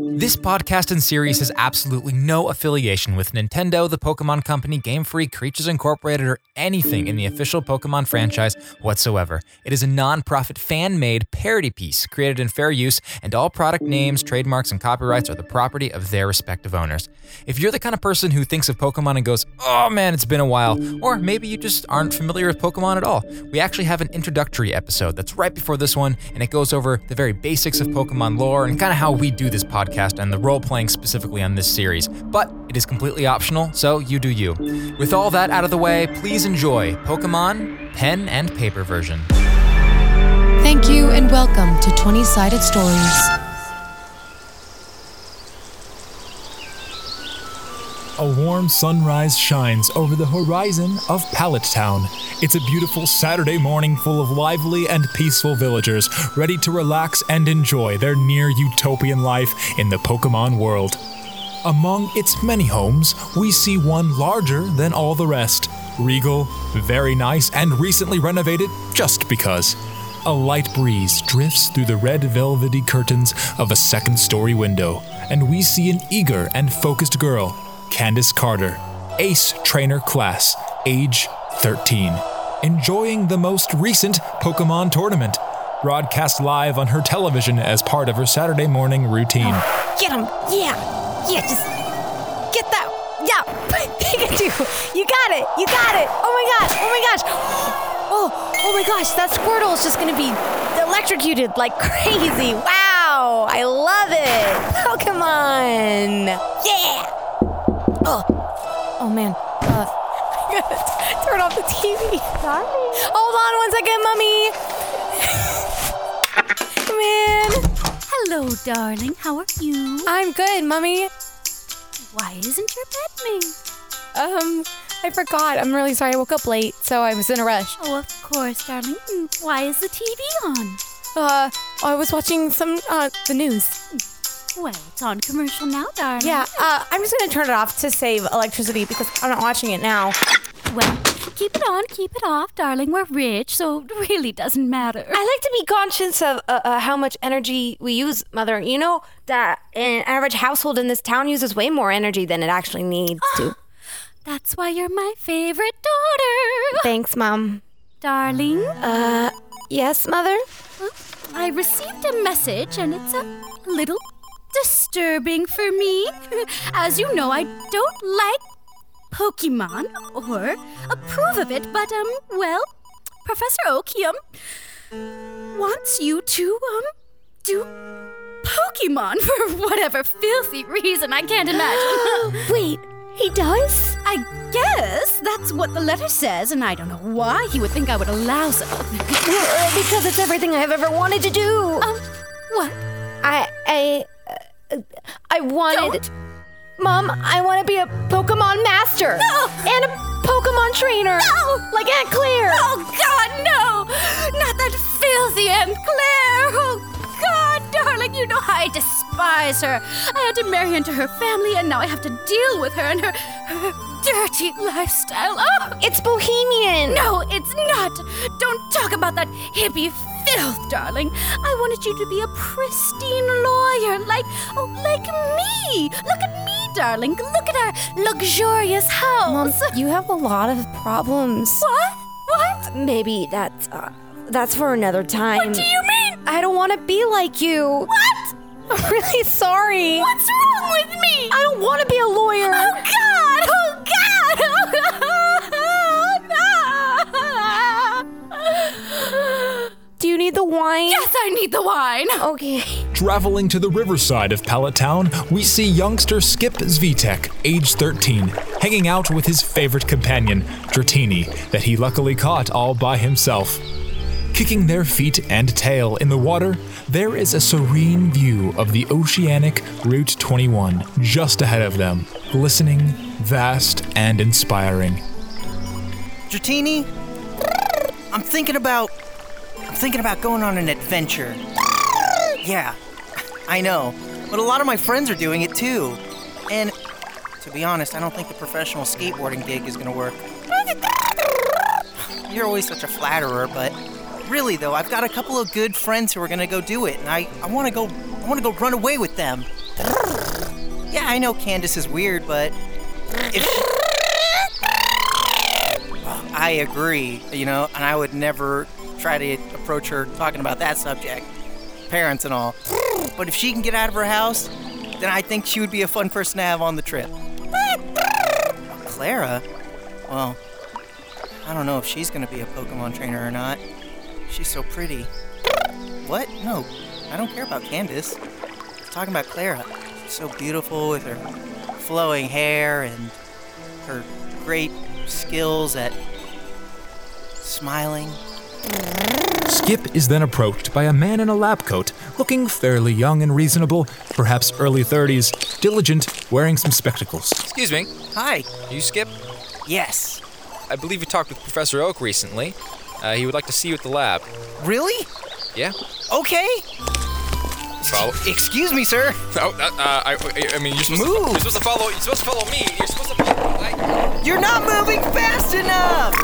This podcast and series has absolutely no affiliation with Nintendo, the Pokemon Company, Game Freak, Creatures Incorporated, or anything in the official Pokemon franchise whatsoever. It is a non profit fan made parody piece created in fair use, and all product names, trademarks, and copyrights are the property of their respective owners. If you're the kind of person who thinks of Pokemon and goes, oh man, it's been a while, or maybe you just aren't familiar with Pokemon at all, we actually have an introductory episode that's right before this one, and it goes over the very basics of Pokemon lore and kind of how we do this podcast and the role playing specifically on this series. But it is completely optional, so you do you. With all that out of the way, please enjoy Pokemon pen and paper version. Thank you and welcome to 20 Sided Stories. A warm sunrise shines over the horizon of Pallet Town. It's a beautiful Saturday morning full of lively and peaceful villagers ready to relax and enjoy their near utopian life in the Pokemon world. Among its many homes, we see one larger than all the rest. Regal, very nice, and recently renovated just because. A light breeze drifts through the red velvety curtains of a second story window, and we see an eager and focused girl, Candace Carter, Ace Trainer Class, age 13, enjoying the most recent Pokemon tournament, broadcast live on her television as part of her Saturday morning routine. Get him! Yeah! Yeah, just get that! Yeah! Pikachu! You got it! You got it! Oh my gosh! Oh my gosh! Oh! Oh my gosh! That Squirtle is just gonna be electrocuted like crazy! Wow! I love it! Pokemon! Yeah! Oh! Oh man! Uh, I'm gonna turn off the TV! Hold on one second, mommy! Come in! Hello, darling. How are you? I'm good, mommy. Why isn't your bed made? Um, I forgot. I'm really sorry. I woke up late, so I was in a rush. Oh, of course, darling. Mm, Why is the TV on? Uh, I was watching some uh the news. Well, it's on commercial now, darling. Yeah. Uh, I'm just gonna turn it off to save electricity because I'm not watching it now. Well, keep it on, keep it off, darling. We're rich, so it really doesn't matter. I like to be conscious of uh, uh, how much energy we use, mother. You know that an average household in this town uses way more energy than it actually needs to. That's why you're my favorite daughter. Thanks, mom. darling, Yes, mother. I received a message and it's a little disturbing for me. As you know, I don't like Pokemon or approve of it, but um, well, Professor Okium wants you to um do Pokemon for whatever filthy reason I can't imagine. Wait, he does? I guess that's what the letter says, and I don't know why he would think I would allow such a thing. because it's everything I've ever wanted to do. Um, what? I, I, uh, I wanted. Don't. Mom, I want to be a Pokemon master No. and a Pokemon trainer. No. like Aunt Claire. Oh God, no! Not that filthy Aunt Claire! Oh God, darling, you know how I despise her. I had to marry into her family, and now I have to deal with her and her, her dirty lifestyle. Oh It's bohemian. no, it's not! Don't talk about that hippie filth, darling. I wanted you to be a pristine lawyer, like oh, like me. Look at me, darling. Look at our luxurious Mom, house. you have a lot of problems. What? What? Maybe that's uh, that's for another time. What do you mean? I don't want to be like you. What? I'm really sorry. What's wrong with me? I don't want to be a lawyer. Oh God! Oh God! Oh, no! Do you need the wine? Yes, I need the wine. Okay. Traveling to the riverside of Pallet Town, we see youngster Skip Zvitek, age 13, hanging out with his favorite companion, Dratini, that he luckily caught all by himself. Kicking their feet and tail in the water, there is a serene view of the oceanic Route 21 just ahead of them, glistening, vast, and inspiring. Dratini, I'm thinking about. I'm thinking about going on an adventure. Yeah, I know. But a lot of my friends are doing it too. And to be honest, I don't think the professional skateboarding gig is gonna work. You're always such a flatterer, but really though, I've got a couple of good friends who are gonna go do it, and I, I wanna go I wanna go run away with them. Yeah, I know Candace is weird, but if I agree, you know, and I would never try to approach her talking about that subject, parents and all. But if she can get out of her house, then I think she would be a fun person to have on the trip. Clara? Well, I don't know if she's gonna be a Pokemon trainer or not. She's so pretty. What? No, I don't care about Candace. I'm talking about Clara. She's so beautiful with her flowing hair and her great skills at smiling. Skip is then approached by a man in a lab coat, looking fairly young and reasonable, perhaps early 30s, diligent, wearing some spectacles. Excuse me, Hi. are you Skip? Yes. I believe you talked with Professor Oak recently. Uh, he would like to see you at the lab. Really? Yeah? Okay. Follow. Excuse me, sir. Oh, uh, uh, I, I mean, you're supposed, To, Move. you're supposed to follow. You're supposed to follow me. You're supposed to follow. I, You're not moving fast enough.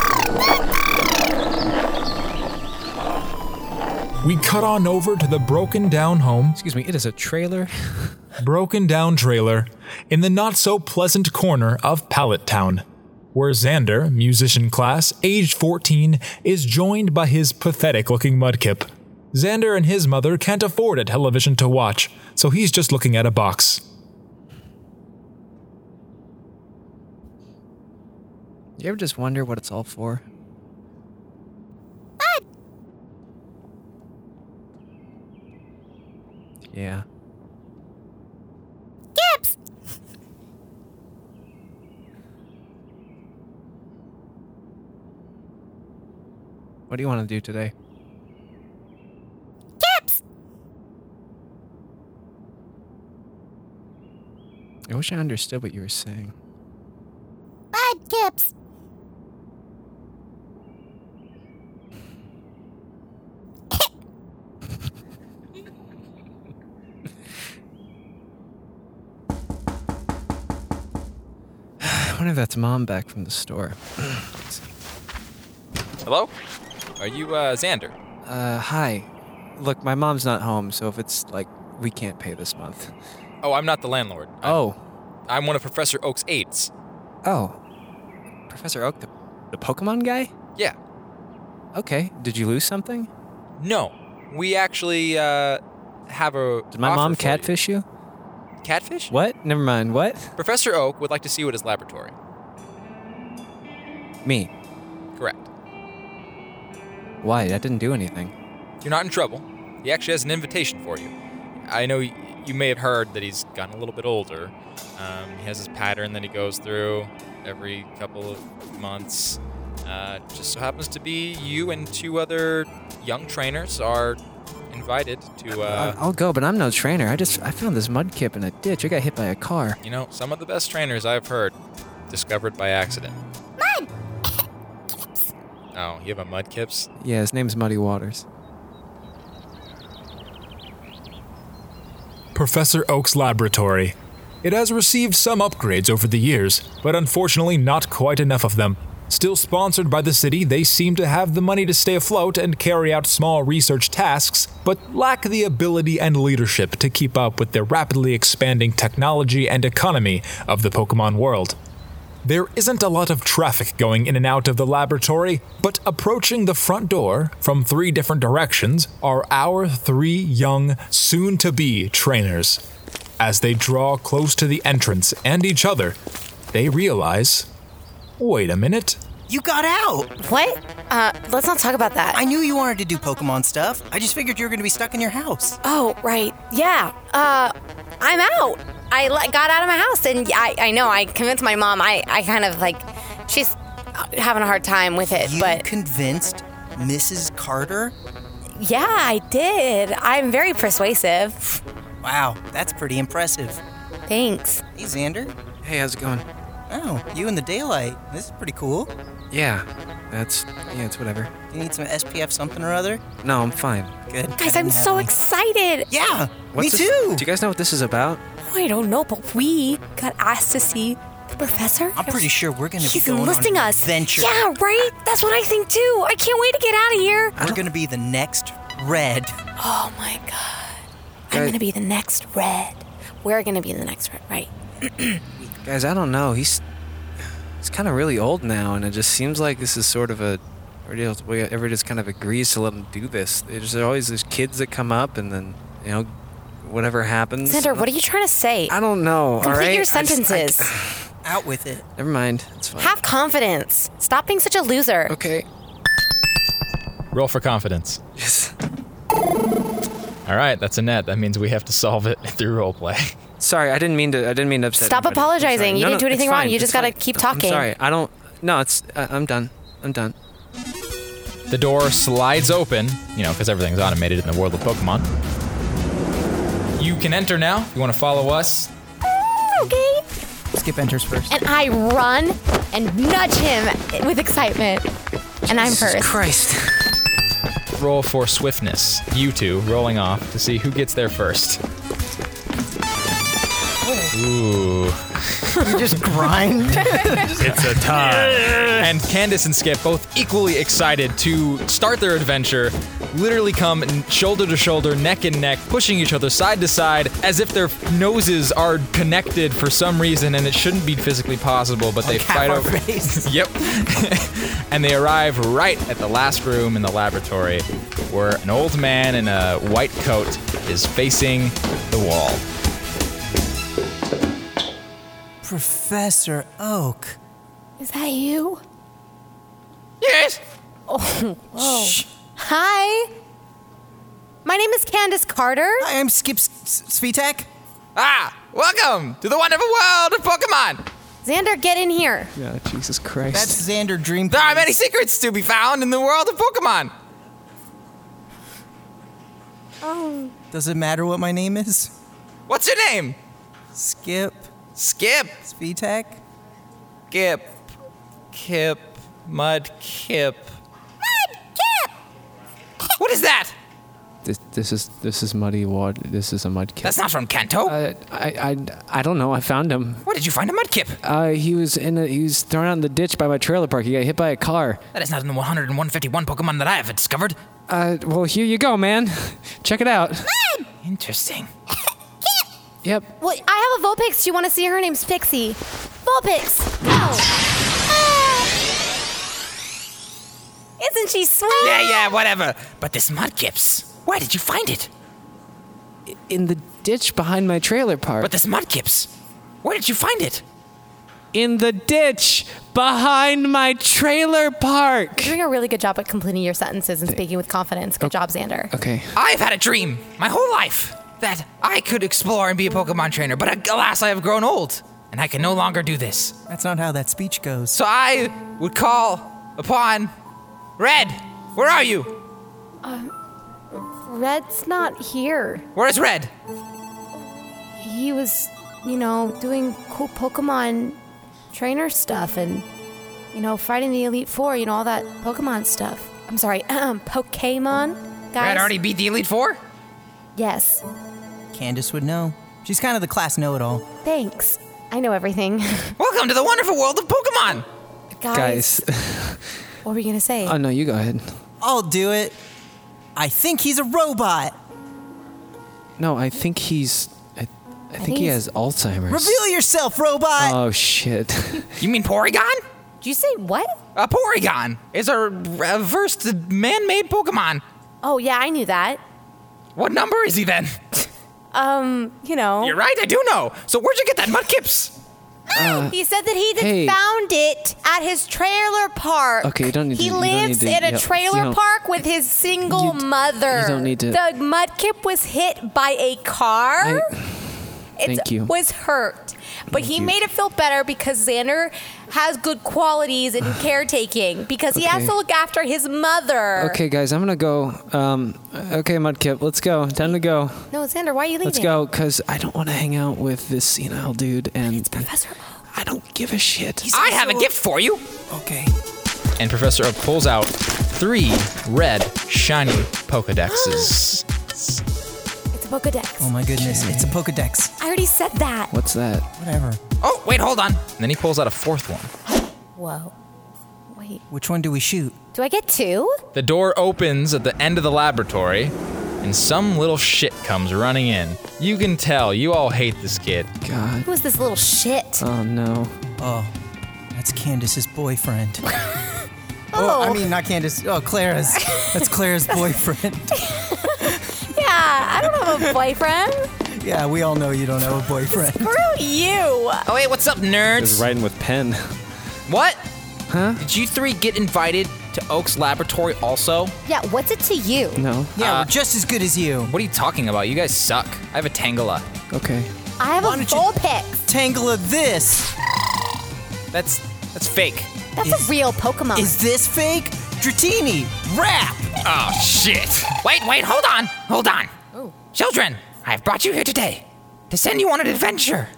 We cut on over to the broken down home, Excuse me, it is a trailer. broken down trailer, in the not so pleasant corner of Pallet Town, where Xander, musician class, aged 14, is joined by his pathetic looking mudkip. Xander and his mother can't afford a television to watch, so he's just looking at a box. You ever just wonder what it's all for? Yeah. Gibbs! What do you want to do today? Gibbs! I wish I understood what you were saying. Bud Gibbs! I wonder if that's mom back from the store. hello? Are you uh, Xander? Uh, hi. Look, my mom's not home, so if it's like we can't pay this month. Oh, I'm not the landlord. I'm, Oh, I'm one of Professor Oak's aides. oh, Professor Oak, the, the Pokemon guy. Yeah. Okay. Did you lose something? No, we actually uh, have a. Did my offer mom for you. catfish you? Catfish? What? Never mind. What? Professor Oak would like to see you at his laboratory. Me. Correct. Why? That didn't do anything. You're not in trouble. He actually has an invitation for you. I know y- you may have heard that he's gotten a little bit older. Um, he has his pattern that he goes through every couple of months. Uh, just so happens to be you and two other young trainers are invited to. I- Uh, I'll go, but I'm no trainer. I just I found this mudkip in a ditch. I got hit by a car. you know, some of the best trainers I've heard discovered by accident. Mud. Oh, you have a mudkips. Yeah, his name's Muddy Waters. Professor Oak's laboratory. It has received some upgrades over the years, but unfortunately not quite enough of them. Still sponsored by the city, they seem to have the money to stay afloat and carry out small research tasks, but lack the ability and leadership to keep up with the rapidly expanding technology and economy of the Pokemon world. There isn't a lot of traffic going in and out of the laboratory, but approaching the front door from three different directions are our three young, soon to be trainers. As they draw close to the entrance and each other, they realize wait a minute. You got out. What? Uh, let's not talk about that. I knew you wanted to do Pokemon stuff. I just figured you were going to be stuck in your house. Oh, right. Yeah. Uh, I'm out. I le- got out of my house, and I, I know I convinced my mom. I, I kind of like, she's uh, having a hard time with it, You but convinced Mrs. Carter? yeah, I did. I'm very persuasive. Wow, that's pretty impressive. Thanks. Hey, Xander. Hey, how's it going? Oh, you in the daylight. This is pretty cool. Yeah, that's yeah, it's whatever. You need some SPF something or other? No, I'm fine. Good. I Guys, didn't I'm have so any. excited. Yeah, What's me this- too. Do you guys know what this is about? Oh, I don't know, but we got asked to see the professor. I'm pretty sure we're gonna be He's going on enlisting an us. adventure. Yeah, right? That's what I think too. I can't wait to get out of here. We're gonna be the next red. Oh my god. I'm Guys- gonna be the next red. We're gonna be the next one, right? Guys, I don't know. He's he's kind of really old now, and it just seems like this is sort of a everybody else- we- everybody just kind of agrees to let him do this. There's always these kids that come up, and then you know whatever happens. Xander, what are you trying to say? I don't know. all Complete right? your I just- I- sentences. Out with it. never mind. It's fine. Have confidence. Stop being such a loser. okay. Roll for confidence. Yes. All right, that's a net. That means we have to solve it through role play. Sorry, I didn't mean to. I didn't mean to upset. Stop everybody. I'm sorry. apologizing. You No, didn't no, do anything it's wrong. fine. You just It's gotta fine. keep I'm talking. sorry. I don't. No, it's. I, I'm done. I'm done. The door slides open, you know, because everything's automated in the world of Pokemon. You can enter now. If you want to follow us, Okay. Skip enters first. And I run and nudge him with excitement. And I'm first. Christ. roll for swiftness. You two rolling off to see who gets there first. Ooh. You just grind. It's a time. And Candace and Skip, both equally excited to start their adventure, literally come n- shoulder to shoulder, neck and neck, pushing each other side to side as if their noses are connected for some reason and it shouldn't be physically possible, but they half fight our over. face. yep. and they arrive right at the last room in the laboratory where an old man in a white coat is facing the wall. Professor Oak. Is that you? Oh, Yes. Hi. My name is Candace Carter. I am Skip Svitek. Ah, welcome to the wonderful world of Pokemon. Xander, get in here. Yeah. Jesus Christ. That's Xander Dream. There are many secrets to be found in the world of Pokemon. Does it matter what my name is? What's your name? Skip Skip. Svitek. Skip. Kip. Mud Kip. What is that? this, this is this is muddy water. This is a mud kip. That's not from Kanto. Uh, I, I I don't know. I found him. Where did you find a Mud Kip? Uh, he was in a, he was thrown out in the ditch by my trailer park. He got hit by a car. That is not in the 151 Pokemon that I have discovered. Uh, well, here you go, man. Check it out. Interesting. Yep. Well, I have a Vulpix. You want to see her? Her name's Pixie. Vulpix, go! Ah. Isn't she sweet? Yeah, yeah, whatever. But this mudkips, where did you find it? In the ditch behind my trailer park. But this mudkips, where did you find it? in the ditch behind my trailer park. You're doing a really good job at completing your sentences and speaking with confidence. Good job, Xander. Okay. Uh, I've had a dream my whole life that I could explore and be a Pokemon trainer, but alas, I have grown old, and I can no longer do this. That's not how that speech goes. So I would call upon Red. Where are you? Red's not here. Where is Red? He was, you know, doing cool Pokemon trainer stuff and, you know, fighting the Elite Four, you know, all that Pokemon stuff. I'm sorry, um, Pokemon? Guys? Red already beat the Elite Four? Yes. Candace would know. She's kind of the class know-it-all. Thanks. I know everything. Welcome to the wonderful world of Pokemon! Guys. What were you gonna say? oh no, you go ahead. I'll do it. I think he's a robot. No, I think he's. I, I think he he's- has Alzheimer's. Reveal yourself, robot. Oh shit. You mean Porygon? Did you say what? A Porygon is a reversed man made Pokemon. Oh yeah, I knew that. What number is he then? Um, you know, You're right, I do know. So where'd you get that mudkips? he said that he did Uh, Hey. found it at his trailer park. Okay, you don't need to- He you don't lives need to- in a yeah, trailer you know, park with his single you d- mother. you don't need to- The mudkip was hit by a car. It Thank you. was hurt, but he you. made it feel better because Xander has good qualities in caretaking because he has Okay. to look after his mother. okay, guys, I'm gonna go. Um, okay, Mudkip, let's go. Time to go. No, Xander, why are you leaving? Let's go, cause I don't want to hang out with this senile dude, and Professor Oak. I don't give a shit. I have a gift for you. Uh, okay. And Professor Oak pulls out three red, shiny Pokedexes. It's a Pokedex. Oh my goodness, it's a Pokedex. I already said that. What's that? Whatever. Oh, wait, hold on. and then he pulls out a fourth one. Whoa. Wait. Which one do we shoot? Do I get two? The door opens at the end of the laboratory, and some little shit comes running in. You can tell you all hate this kid. God. Who is this little shit? Oh no. That's Candace's boyfriend. oh, I mean, not Candace. Oh, Clara's. That's Clara's boyfriend. yeah, I don't have a boyfriend. yeah, we all know you don't have a boyfriend. Screw you. Oh, wait, what's up, nerds? Just writing with pen. What? Huh? Did you three get invited to Oak's laboratory also? Yeah, what's it to you? No. Yeah, we're just as good as you. What are you talking about? You guys suck. I have a Tangela. Okay. I have Why a don't you- Vulpix. Tangle of this. That's that's fake. That's a real Pokemon. Is this fake? Dratini, rap. Oh shit. Wait, wait, hold on. Hold on. Children, I've brought you here today to send you on an adventure.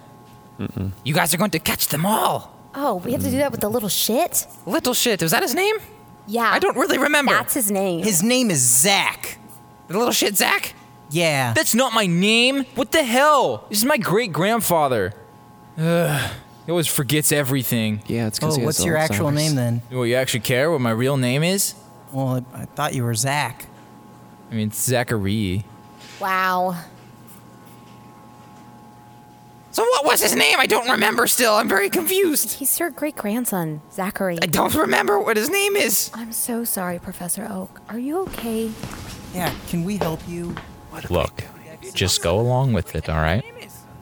You guys are going to catch them all. oh, we have to do that with the little shit? Little shit, was that his name? Yeah. I don't really remember. Uh, That's his name. His name is Zach. the little shit Zach? Yeah. That's not my name. What the hell? This is my great grandfather. Ugh, he always forgets everything. Yeah, it's because oh, what's your actual name then? Well, you actually care what my real name is? Well, I, I thought you were Zach. I mean, it's Zachary. wow. So what was his name? I don't remember still. I'm very confused. He's your great grandson, Zachary. I don't remember what his name is. I'm so sorry, Professor Oak. Are you okay? Yeah, can we help you? Look, just go along with it, all right?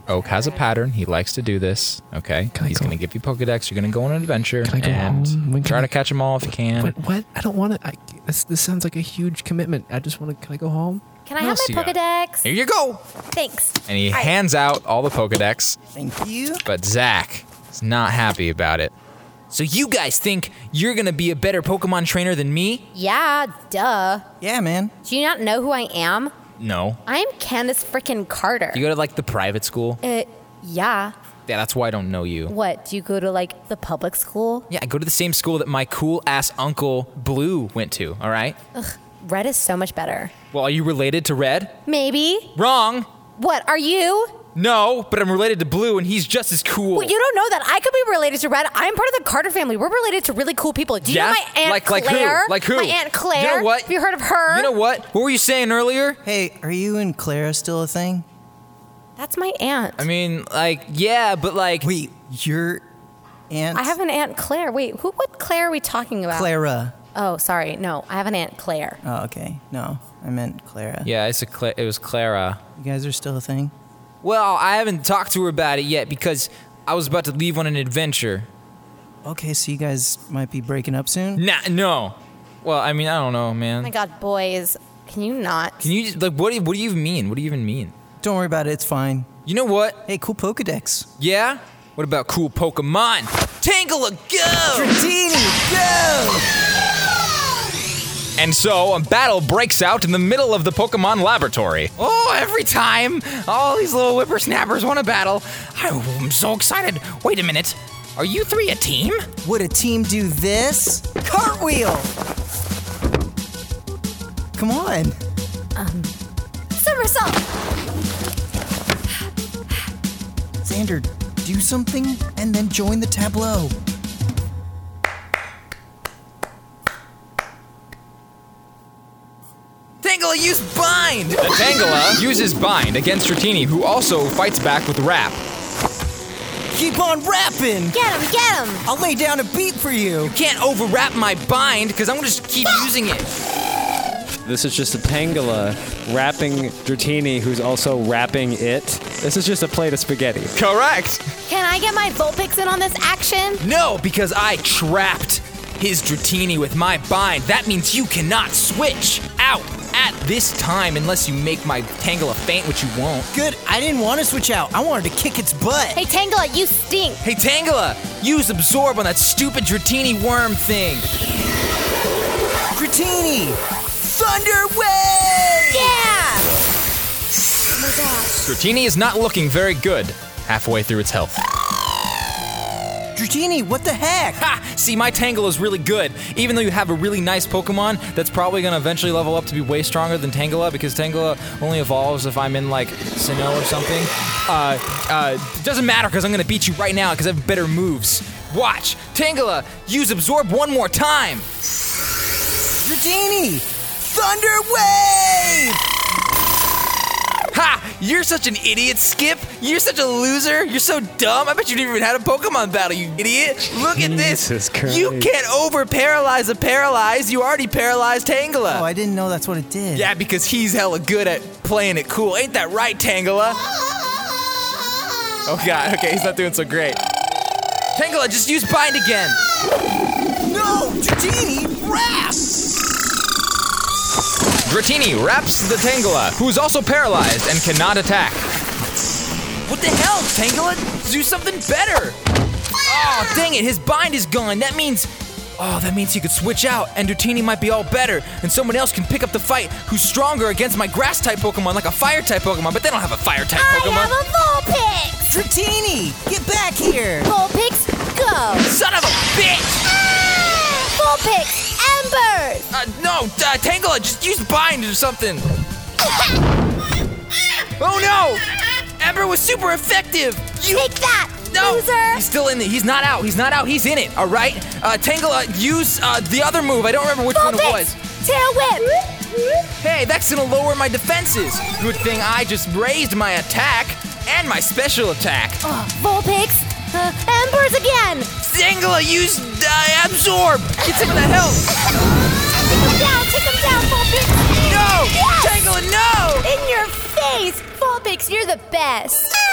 Oak has a pattern. He likes to do this. Okay, I he's go- gonna give you Pokedex. You're gonna go on an adventure I go home? When and can try I- to catch them all if you can. What? What? I don't want to. This, this sounds like a huge commitment. I just want to. Can I go home? Can I What have else my you got? Pokedex? Here you go. Thanks. And he hands out all the Pokedex, Thank you. but Zach is not happy about it. So you guys think you're gonna be a better Pokemon trainer than me? Yeah, duh. Yeah, man. Do you not know who I am? No. I'm Candace frickin' Carter. You go to like the private school? uh, yeah. Yeah, that's why I don't know you. What? Do you go to like the public school? Yeah, I go to the same school that my cool ass uncle Blue went to, all right? Red is so much better. Well, are you related to Red? Maybe. Wrong. What? Are you? No, but I'm related to Blue and he's just as cool. Well, you don't know that. I could be related to Red. I'm part of the Carter family. We're related to really cool people. Do you yeah? know my Aunt like, like Claire? who? Like who? My Aunt Claire. You know what? Have you heard of her? You know what? What were you saying earlier? Hey, are you and Clara still a thing? That's my aunt. I mean, like, yeah, but like, Wait, your aunt? I have an Aunt Claire. Wait, who? what Claire are we talking about? Clara. Oh, sorry. No, I have an Aunt Claire. Oh, okay. No, I meant Clara. yeah, it's a Cla- it was Clara. You guys are still a thing? Well, I haven't talked to her about it yet because I was about to leave on an adventure. Okay, so you guys might be breaking up soon? Nah, no. Well, I mean, I don't know, Oh my man. God, boys. Can you not? Can you just- like what? Do you, what do you mean? What do you even mean? Don't worry about it, it's fine. You know what? Hey, cool Pokedex. Yeah. What about cool Pokemon? Tangela, go! Dratini, go! And so a battle breaks out in the middle of the Pokemon laboratory. Oh, every time all these little whippersnappers want to battle. I'm so excited. Wait a minute. Are you three a team? Would a team do this? Cartwheel! Come on. Somersault. Xander, do something and then join the tableau. Tangela, use bind. The Tangela uses Bind against Dratini, who also fights back with Rap. Keep on rapping! Get him. Get him. I'll lay down a beat for you. Can't overwrap my bind because I'm gonna just keep using it. This is just a Tangela rapping Dratini, who's also rapping it. This is just a plate of spaghetti. Correct. Can I get my Vulpix in on this action? No, because I trapped his Dratini with my bind. That means you cannot switch out at this time unless you make my Tangela faint, which you won't. Good. I didn't want to switch out. I wanted to kick its butt. Hey, Tangela, you stink. Hey Tangela, use absorb on that stupid Dratini worm thing. Dratini! Thunder Wave! Yeah. Dratini is not looking very good halfway through its health. Dratini, what the heck? Ha! See, my Tangela is really good. Even though you have a really nice Pokemon that's probably gonna eventually level up to be way stronger than Tangela because Tangela only evolves if I'm in like Sinnoh or something. Uh, uh, doesn't matter because I'm gonna beat you right now because I have better moves. Watch, Tangela, use absorb one more time. Dratini! Thunder Wave! Ha! You're such an idiot, Skip. You're such a loser. You're so dumb. I bet you never even had a Pokemon battle, you idiot. Look at this. Jesus Christ. You can't over paralyze a paralyzed. You already paralyzed Uh. Tangela. Oh, I didn't know that's what it did. yeah, because he's hella good at playing it cool. Ain't that right, Tangela? Oh god, okay, he's not doing so great. Tangela, just use bind again. No, Dratini, grass! Grattini wraps the Tangela, who is also paralyzed and cannot attack. What the hell, Tangela? Do something better! Oh, dang it, his bind is gone. That means. Oh, that means he could switch out, and Dratini might be all better, and someone else can pick up the fight who's stronger against my grass type Pokemon, like a fire type Pokemon, but they don't have a fire type I Pokemon. have a Vulpix! Dratini, get back here! Vulpix, go! Son of a bitch! Vulpix, Embers! Uh, no, uh, Tangela, just use bind or something. oh no! Ember was super effective! You Take that, No! loser! He's still in it. He's not out. He's not out. He's in it. All right. Uh, Tangela, use uh, the other move. I don't remember which one it was. Vulpix, Tail Whip! Hey, that's gonna lower my defenses. Good thing I just raised my attack and my special attack. Oh, Vulpix, uh, Embers again! Tangela, use uh, absorb. Get some of that health. Take him down, take him down, Vulpix! No, Yes! Tangela, no! In your face! Vulpix, you're the best!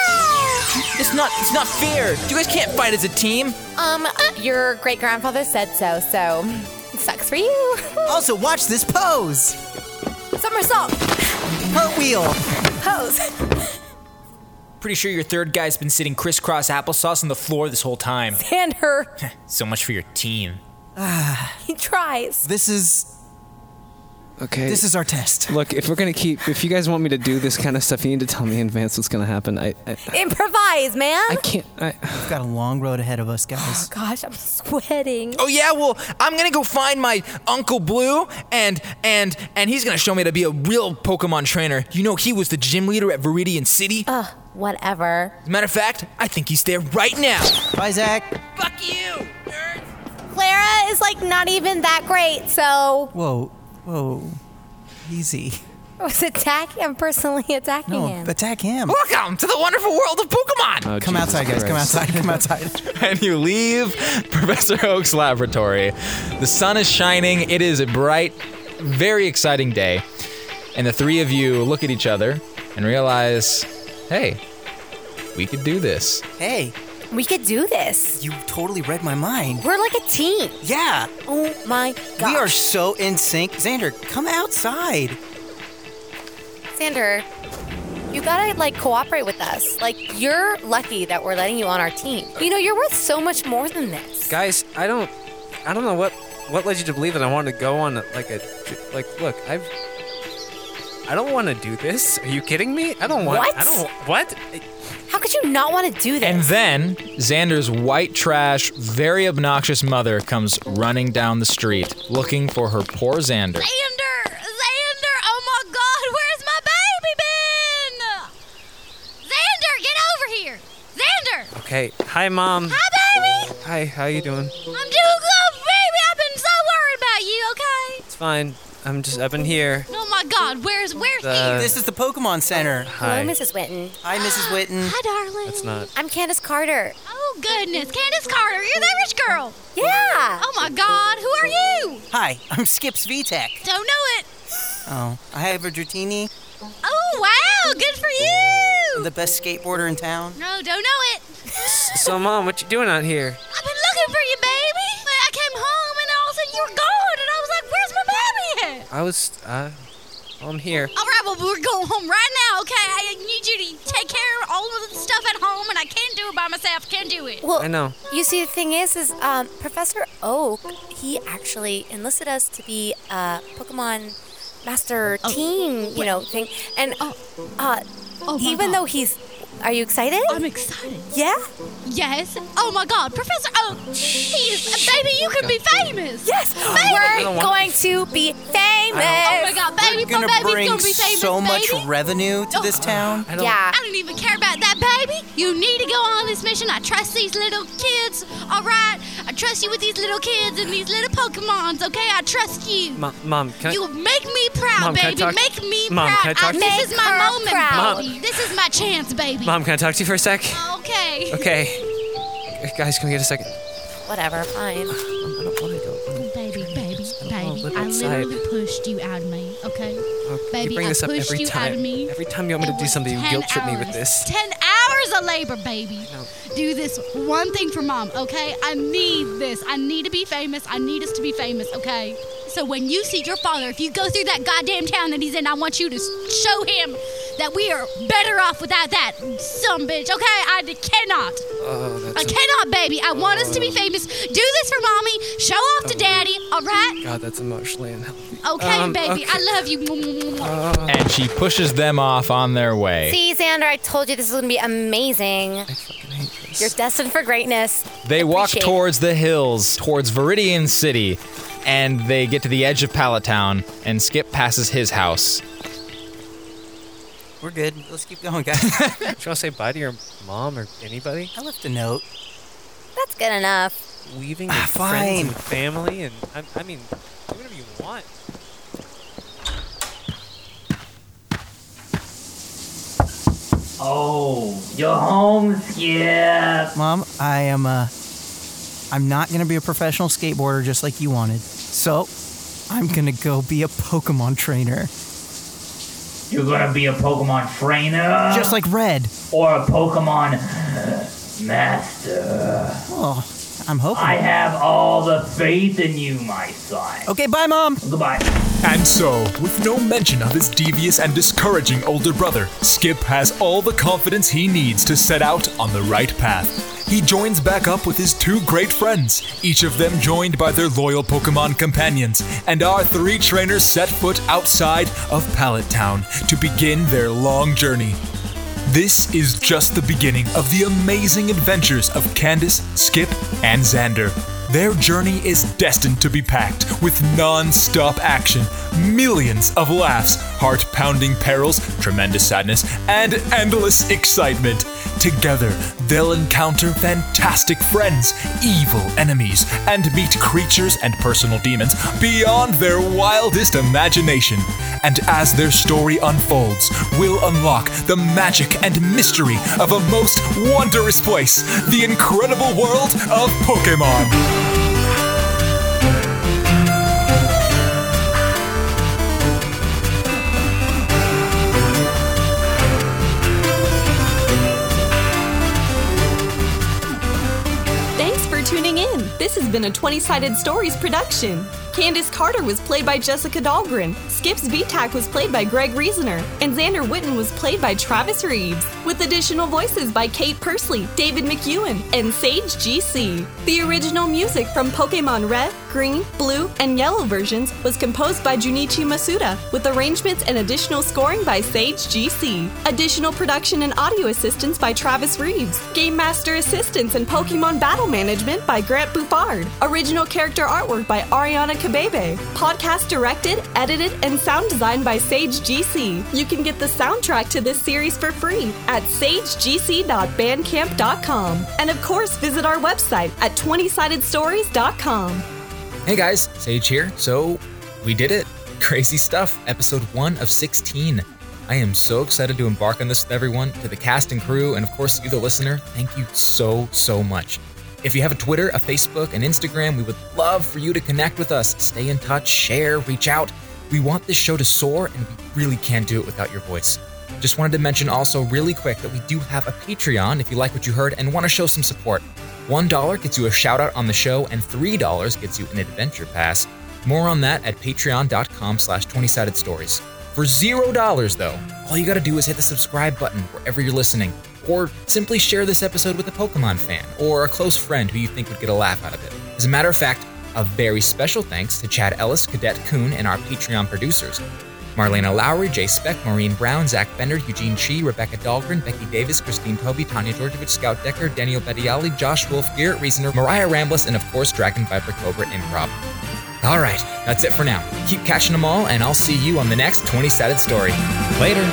It's not. It's not fair. You guys can't fight as a team. Um, your great grandfather said so, so it sucks for you. Also, watch this pose! Somersault, Cartwheel! pose. Pretty sure your third guy's been sitting crisscross applesauce on the floor this whole time. And her, So much for your team. he tries. This is Okay. this is our test. Look, if we're gonna keep, if you guys want me to do this kind of stuff, you need to tell me in advance what's gonna happen. I, I, Improvise, man. I can't. I, We've got a long road ahead of us, guys. Gosh, I'm sweating. Oh yeah, well, I'm gonna go find my Uncle Blue, and and and he's gonna show me to be a real Pokemon trainer. You know, he was the gym leader at Viridian City. Uh. As Whatever. a matter of fact, I think he's there right now. Bye, Zach. Fuck you, nerds. Clara is like not even that great, so Whoa, whoa. Easy. I was attacking. I'm personally attacking No, him. attack him. Welcome to the wonderful world of Pokemon. Come outside, guys. Come outside. Come outside. and you leave Professor Oak's laboratory. The sun is shining. It is a bright, very exciting day. And the three of you look at each other and realize hey, we could do this. Hey, we could do this. you totally read my mind. We're like a team. Yeah, Oh my god. we are so in sync. Xander, come outside. Sander, you gotta like cooperate with us. Like you're lucky that we're letting you on our team. You know you're worth so much more than this. guys, I don't, I don't know what, what led you to believe that I wanted to go on like a, like, look, I've, I don't want to do this. Are you kidding me? I don't want. I What? don't. What? How could you not want to do this? And then Xander's white trash, very obnoxious mother comes running down the street looking for her poor Xander. Xander! Xander! Oh my god, where's my baby been? Xander, get over here! Xander! Okay. Hi, mom. Hi, baby! Hi. How you doing? I'm doing good, baby! I've been so worried about you, okay? It's fine. I'm just. I've been here. Oh my god, where's where's The- here? This is the Pokemon Center. Hi. Hello, Mrs. Winton. Hi, Mrs. Witten. Hi, darling. That's not. I'm Candace Carter. Oh goodness, Candace Carter, you're that rich girl. Yeah. Oh my god, who are you? Hi, I'm Skips VTech. Don't know it. Oh, I have a Dratini, Oh wow, good for you. the best skateboarder in town. No, don't know it. So, mom, what you doing out here? I've been looking for you, baby. I came home and all of a sudden you were gone, and I was like, "Where's my baby?" at?" I was. Uh, well, I'm here. All right, well, we're going home right now, okay? I need you to take care of all of the stuff at home, and I can't do it by myself. Can't do it. Well, I know. You see, the thing is, is um, Professor Oak, he actually enlisted us to be a Pokemon master team, you know, thing. And uh, Oh my even God. though he's, are you excited? I'm excited. yeah, Yes. Oh my God, Professor Oak, he is baby. You could be famous. yes, don't we're want going to be famous. Oh my God, baby, We're gonna my baby's bring gonna be famous, so much baby. revenue to Oh. this town. I don't. Yeah, I don't even care about that, baby. You need to go on this mission. I trust these little kids, all right? I trust you with these little kids and these little Pokemons, okay? I trust you. Mom, mom, can I? You make me proud, Mom, can I baby. talk- Make me Mom, proud. can I talk- this is Make my her moment, proud. baby. This is my chance, baby. Mom, can I talk to you for a sec? Okay. Okay. Guys, can we get a second? Whatever, fine. I don't want to go. Baby, baby, I'll baby. live I outside. literally pushed you out of me, okay? Oh, you Baby, bring I this up pushed every you time. out of me. Every time you want me It to do was something, you 10 guilt trip me with hours. this. Ten hours of labor, baby. Do this one thing for mom, okay? I need this. I need to be famous. I need us to be famous, okay? So when you see your father, if you go through that goddamn town that he's in, I want you to s- show him that we are better off without that some bitch, okay? I d- cannot. Oh, that's I cannot, baby. I want us to be famous. Do this for mommy. Show off to daddy, all right? God, that's emotionally unhealthy. Okay, Um, baby. okay. I love you. And she pushes them off on their way. See, Xander, I told you this is going to be amazing. I fucking hate this. You're destined for greatness. They walk Appreciate it. towards the hills, towards Viridian City, and they get to the edge of Palatown, and Skip passes his house. We're good. Let's keep going, guys. Do you want to say bye to your mom or anybody? I left a note. That's good enough. Leaving your fine. friends and family, and I, I mean, do whatever you want. Oh, you're home, Skip. Mom, I am, uh, I'm not gonna be a professional skateboarder just like you wanted. So, I'm gonna go be a Pokemon trainer. You're gonna be a Pokemon trainer Just like Red. or a Pokemon uh, master. Oh, I'm hoping. I have all the faith in you, my son. Okay, bye, Mom. Goodbye. And so, with no mention of his devious and discouraging older brother, Skip has all the confidence he needs to set out on the right path. He joins back up with his two great friends, each of them joined by their loyal Pokemon companions, and our three trainers set foot outside of Pallet Town to begin their long journey. This is just the beginning of the amazing adventures of Candace, Skip, and Xander. Their journey is destined to be packed with non stop action, millions of laughs, heart pounding perils, tremendous sadness, and endless excitement. Together, they'll encounter fantastic friends, evil enemies, and meet creatures and personal demons beyond their wildest imagination. And as their story unfolds, we'll unlock the magic and mystery of a most wondrous place the incredible world of Pokemon. Thanks for tuning in. This has been a 20 Sided Stories production. Candace Carter was played by Jessica Dahlgren. Skips VTAC was played by Greg Reasoner. And Xander Witten was played by Travis Reeves. With additional voices by Kate Persley, David McEwen, and Sage GC. The original music from Pokemon Red, Green, Blue, and Yellow versions was composed by Junichi Masuda, with arrangements and additional scoring by Sage GC. Additional production and audio assistance by Travis Reeves. Game Master assistance and Pokemon battle management by Grant Bouffard. Original character artwork by Ariana Kabebe. Podcast directed, edited, and sound designed by Sage GC. You can get the soundtrack to this series for free at sagegc.bandcamp.com. And of course, visit our website at 20sidedstories.com. Hey guys, Sage here. So, we did it. Crazy stuff. Episode 1 of 16. I am so excited to embark on this with everyone, to the cast and crew, and of course, you, the listener. Thank you so, so much. If you have a Twitter, a Facebook, an Instagram, we would love for you to connect with us. Stay in touch, share, reach out. We want this show to soar, and we really can't do it without your voice. Just wanted to mention also, really quick, that we do have a Patreon if you like what you heard and want to show some support. $1 gets you a shout out on the show, and $3 gets you an adventure pass. More on that at patreon.com slash 20 sided stories. For $0, though, all you got to do is hit the subscribe button wherever you're listening, or simply share this episode with a Pokemon fan or a close friend who you think would get a laugh out of it. As a matter of fact, a very special thanks to Chad Ellis, Cadet Kuhn, and our Patreon producers. Marlena Lowry, Jay Speck, Maureen Brown, Zach Bender, Eugene Chi, Rebecca Dahlgren, Becky Davis, Christine Toby, Tanya Georgievich, Scout Decker, Daniel Bettiali, Josh Wolf, Garrett Reasoner, Mariah Rambless, and of course, Dragon Viper Cobra Improv. All right, that's it for now. Keep catching them all, and I'll see you on the next 20 Sided Story. Later.